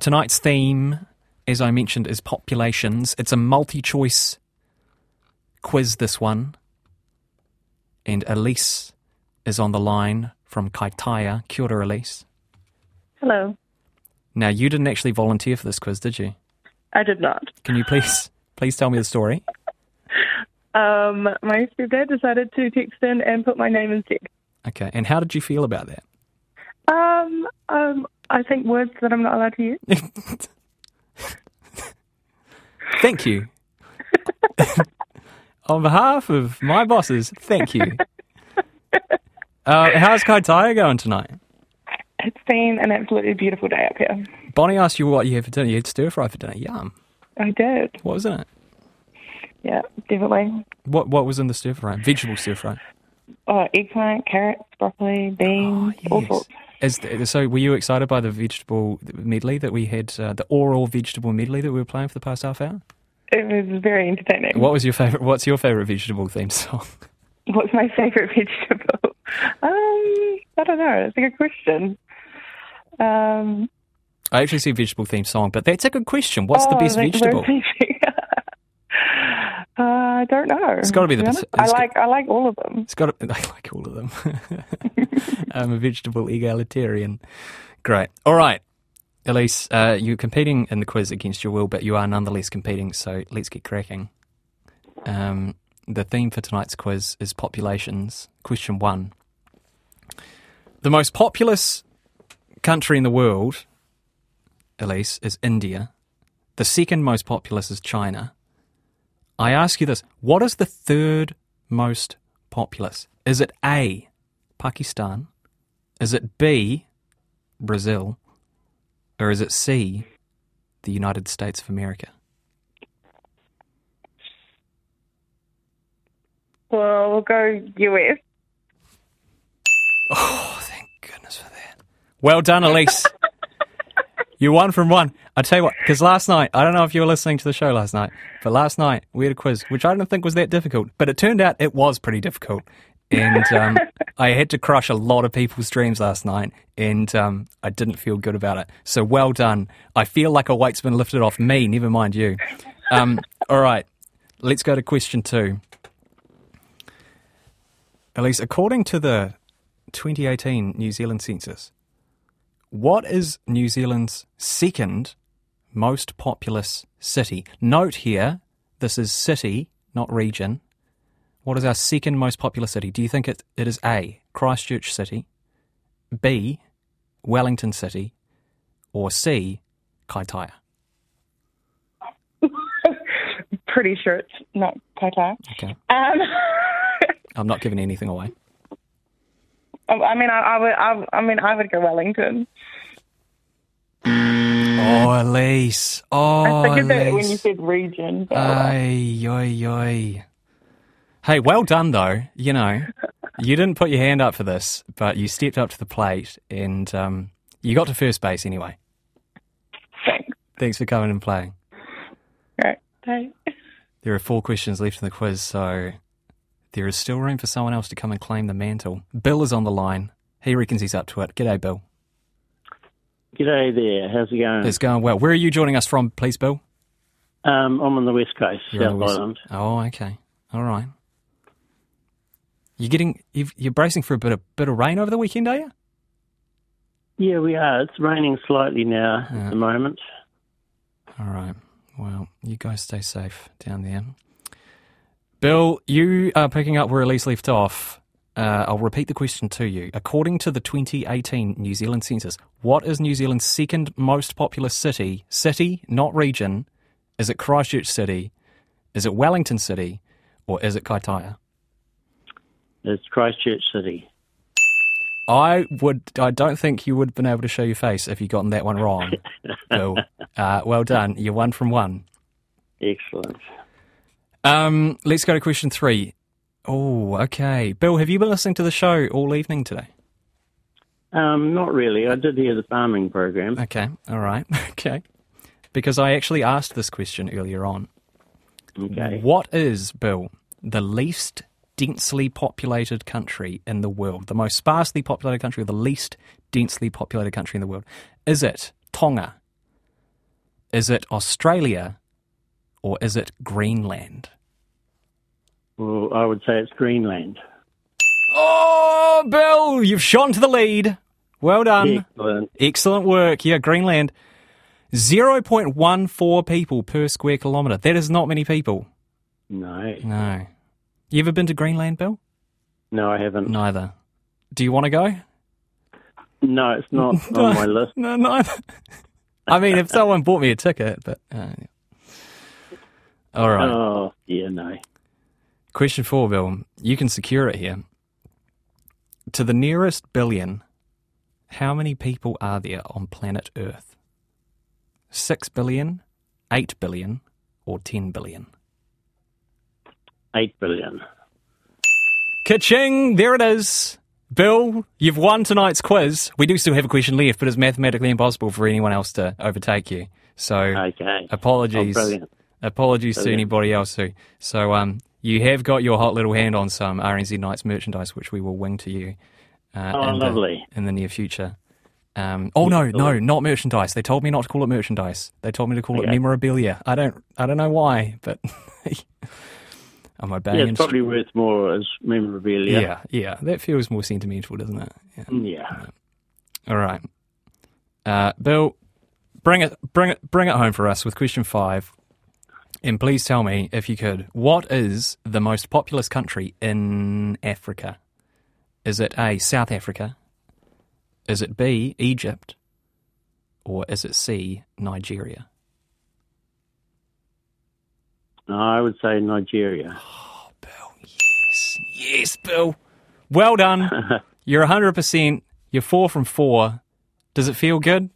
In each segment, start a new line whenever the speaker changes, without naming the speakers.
Tonight's theme, as I mentioned, is populations. It's a multi choice quiz, this one. And Elise is on the line from Kaitaia. Kia ora, Elise.
Hello.
Now, you didn't actually volunteer for this quiz, did you?
I did not.
Can you please please tell me the story?
Um, my stepdad decided to text in and put my name instead.
Okay, and how did you feel about that?
Um, um, I think words that I'm not allowed to use.
Thank you. on behalf of my bosses, thank you. Uh, how's Kaitaia going tonight?
It's been an absolutely beautiful day up here.
Bonnie asked you what you had for dinner. You had stir fry for dinner. Yum.
I did.
What was in it?
Yeah, definitely.
What what was in the stir fry? Vegetable stir fry.
Oh, eggplant, carrots, broccoli, beans,
Oh,
all sorts.
Is th- so were you excited by the vegetable medley that we had, uh, the oral vegetable medley that we were playing for the past half hour?
It was very entertaining.
What was your favorite? What's your favorite vegetable theme song?
What's my favourite vegetable? Um, I don't know. It's a good question. Um,
I actually see vegetable theme song, but that's a good question. What's the
oh,
best
that's very
vegetable?
easy. uh, I don't know.
It's gotta be the
To
pos-
honest, I
it's
like I like all of them.
It's got. I like all of them. I'm a vegetable egalitarian. Great. All right, Elise, uh, you're competing in the quiz against your will, but you are nonetheless competing. So let's get cracking. Um, the theme for tonight's quiz is populations. Question one: The most populous country in the world, Elise, is India. The second most populous is China. I ask you this what is the third most populous? Is it A, Pakistan? Is it B, Brazil? Or is it C, the United States of America?
Well, we'll go US.
Oh, thank goodness for that. Well done, Elise. you won from one. I tell you what, because last night, I don't know if you were listening to the show last night, but last night we had a quiz, which I didn't think was that difficult, but it turned out it was pretty difficult. And um, I had to crush a lot of people's dreams last night, and um, I didn't feel good about it. So well done. I feel like a weight's been lifted off me, never mind you. Um, all right, let's go to question two. Elise, according to the 2018 New Zealand census. What is New Zealand's second most populous city? Note here, this is city, not region. What is our second most populous city? Do you think it, it is A, Christchurch City, B, Wellington City, or C, Kaitaia?
Pretty sure it's not Qatar.
Okay,
Um,
I'm not giving anything away.
I I mean, I, I would. I, I mean, I would go Wellington.
Oh, Elise. Oh, Uh,
I figured that when
Elise.
you said region. but-
Ay, ay, ay. Hey, well done though. You know, you didn't put your hand up for this, but you stepped up to the plate and um, you got to first base anyway.
Thanks.
Thanks for coming and playing.
Right. Bye.
There are four questions left in the quiz, so there is still room for someone else to come and claim the mantle. Bill is on the line. He reckons he's up to it. G'day, Bill.
G'day there. How's it going?
It's going well. Where are you joining us from, please, Bill?
Um, I'm on the west coast,
You're on
South
the west-
Island.
Oh, okay. All right. You're getting you've, you're bracing for a bit of bit of rain over the weekend, are you?
Yeah, we are. It's raining slightly now at the moment.
All right. Well, you guys stay safe down there. Bill, you are picking up where Elise left off. Uh, I'll repeat the question to you. According to the 2018 New Zealand census, what is New Zealand's second most populous city? City, not region. Is it Christchurch City? Is it Wellington City? Or is it Kaitaia?
It's Christchurch City.
I would. I don't think you would have been able to show your face if you would gotten that one wrong. Bill, uh, well done. You're one from one.
Excellent.
Um, let's go to question three. Oh, okay. Bill, have you been listening to the show all evening today?
Um, not really. I did hear the farming program.
Okay, all right, okay. Because I actually asked this question earlier on.
Okay.
What is, Bill, the least densely populated country in the world? The most sparsely populated country, or the least densely populated country in the world? Is it Tonga? Is it Australia or is it Greenland?
Well, I would say it's Greenland.
Oh, Bill, you've shot to the lead. Well done.
Excellent.
Excellent work. Yeah, Greenland. 0.14 people per square kilometre. That is not many people.
No,
No. You ever been to Greenland, Bill?
no, I haven't. No,
Neither. Do you want to go?
it's not on my list.
No, neither. I mean, if someone bought me a ticket, but. Uh, yeah. All right.
Oh, yeah, no.
Question four, Bill. You can secure it here. To the nearest billion, how many people are there on planet Earth? Six billion, eight billion, or ten billion?
Eight billion.
Ka-ching! There it is. Bill, you've won tonight's quiz. We do still have a question left, but it's mathematically impossible for anyone else to overtake you. So
Okay.
apologies.
Oh, brilliant.
Apologies to
Brilliant.
anybody else who. So um, you have got your hot little hand on some RNZ Nights merchandise, which we will wing to you. Uh,
Oh,
in the-
lovely.
in the near future. Um, oh no, no, not merchandise. They told me not to call it merchandise. They told me to call it
Okay.
memorabilia. I don't, I don't know why, but I'm obeying.
Yeah, it's
instru-
probably worth more as memorabilia.
yeah, yeah. That feels more sentimental, doesn't it? Yeah.
Yeah.
All right, uh, Bill, bring it, bring it, bring it home for us with question five, and please tell me if you could, what is the most populous country in Africa? Is it A. South Africa? Is it B. Egypt? Or is it C. Nigeria?
No, I would say Nigeria.
Bill, yes, yes, Bill. Well done. You're hundred percent. You're four from four. Does it feel good?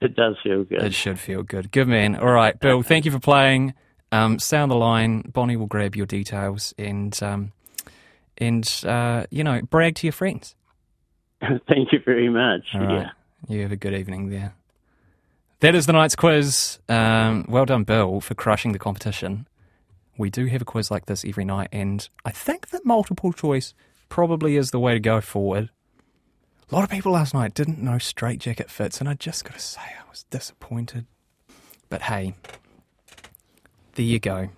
It does feel
It
good.
should feel good. Good man. All right, Bill, thank you for playing. Um, stay on the line. Bonnie will grab your details and, um, and uh, you know, brag to your friends.
Thank you very much.
All right.
Yeah.
You have a good evening there. That is the night's quiz. Um, well done, Bill, for crushing the competition. We do have a quiz like this every night, and I think that multiple choice probably is the way to go forward. A lot of people last night didn't know straight jacket fits, and I just got to say I was disappointed. But hey, there you go.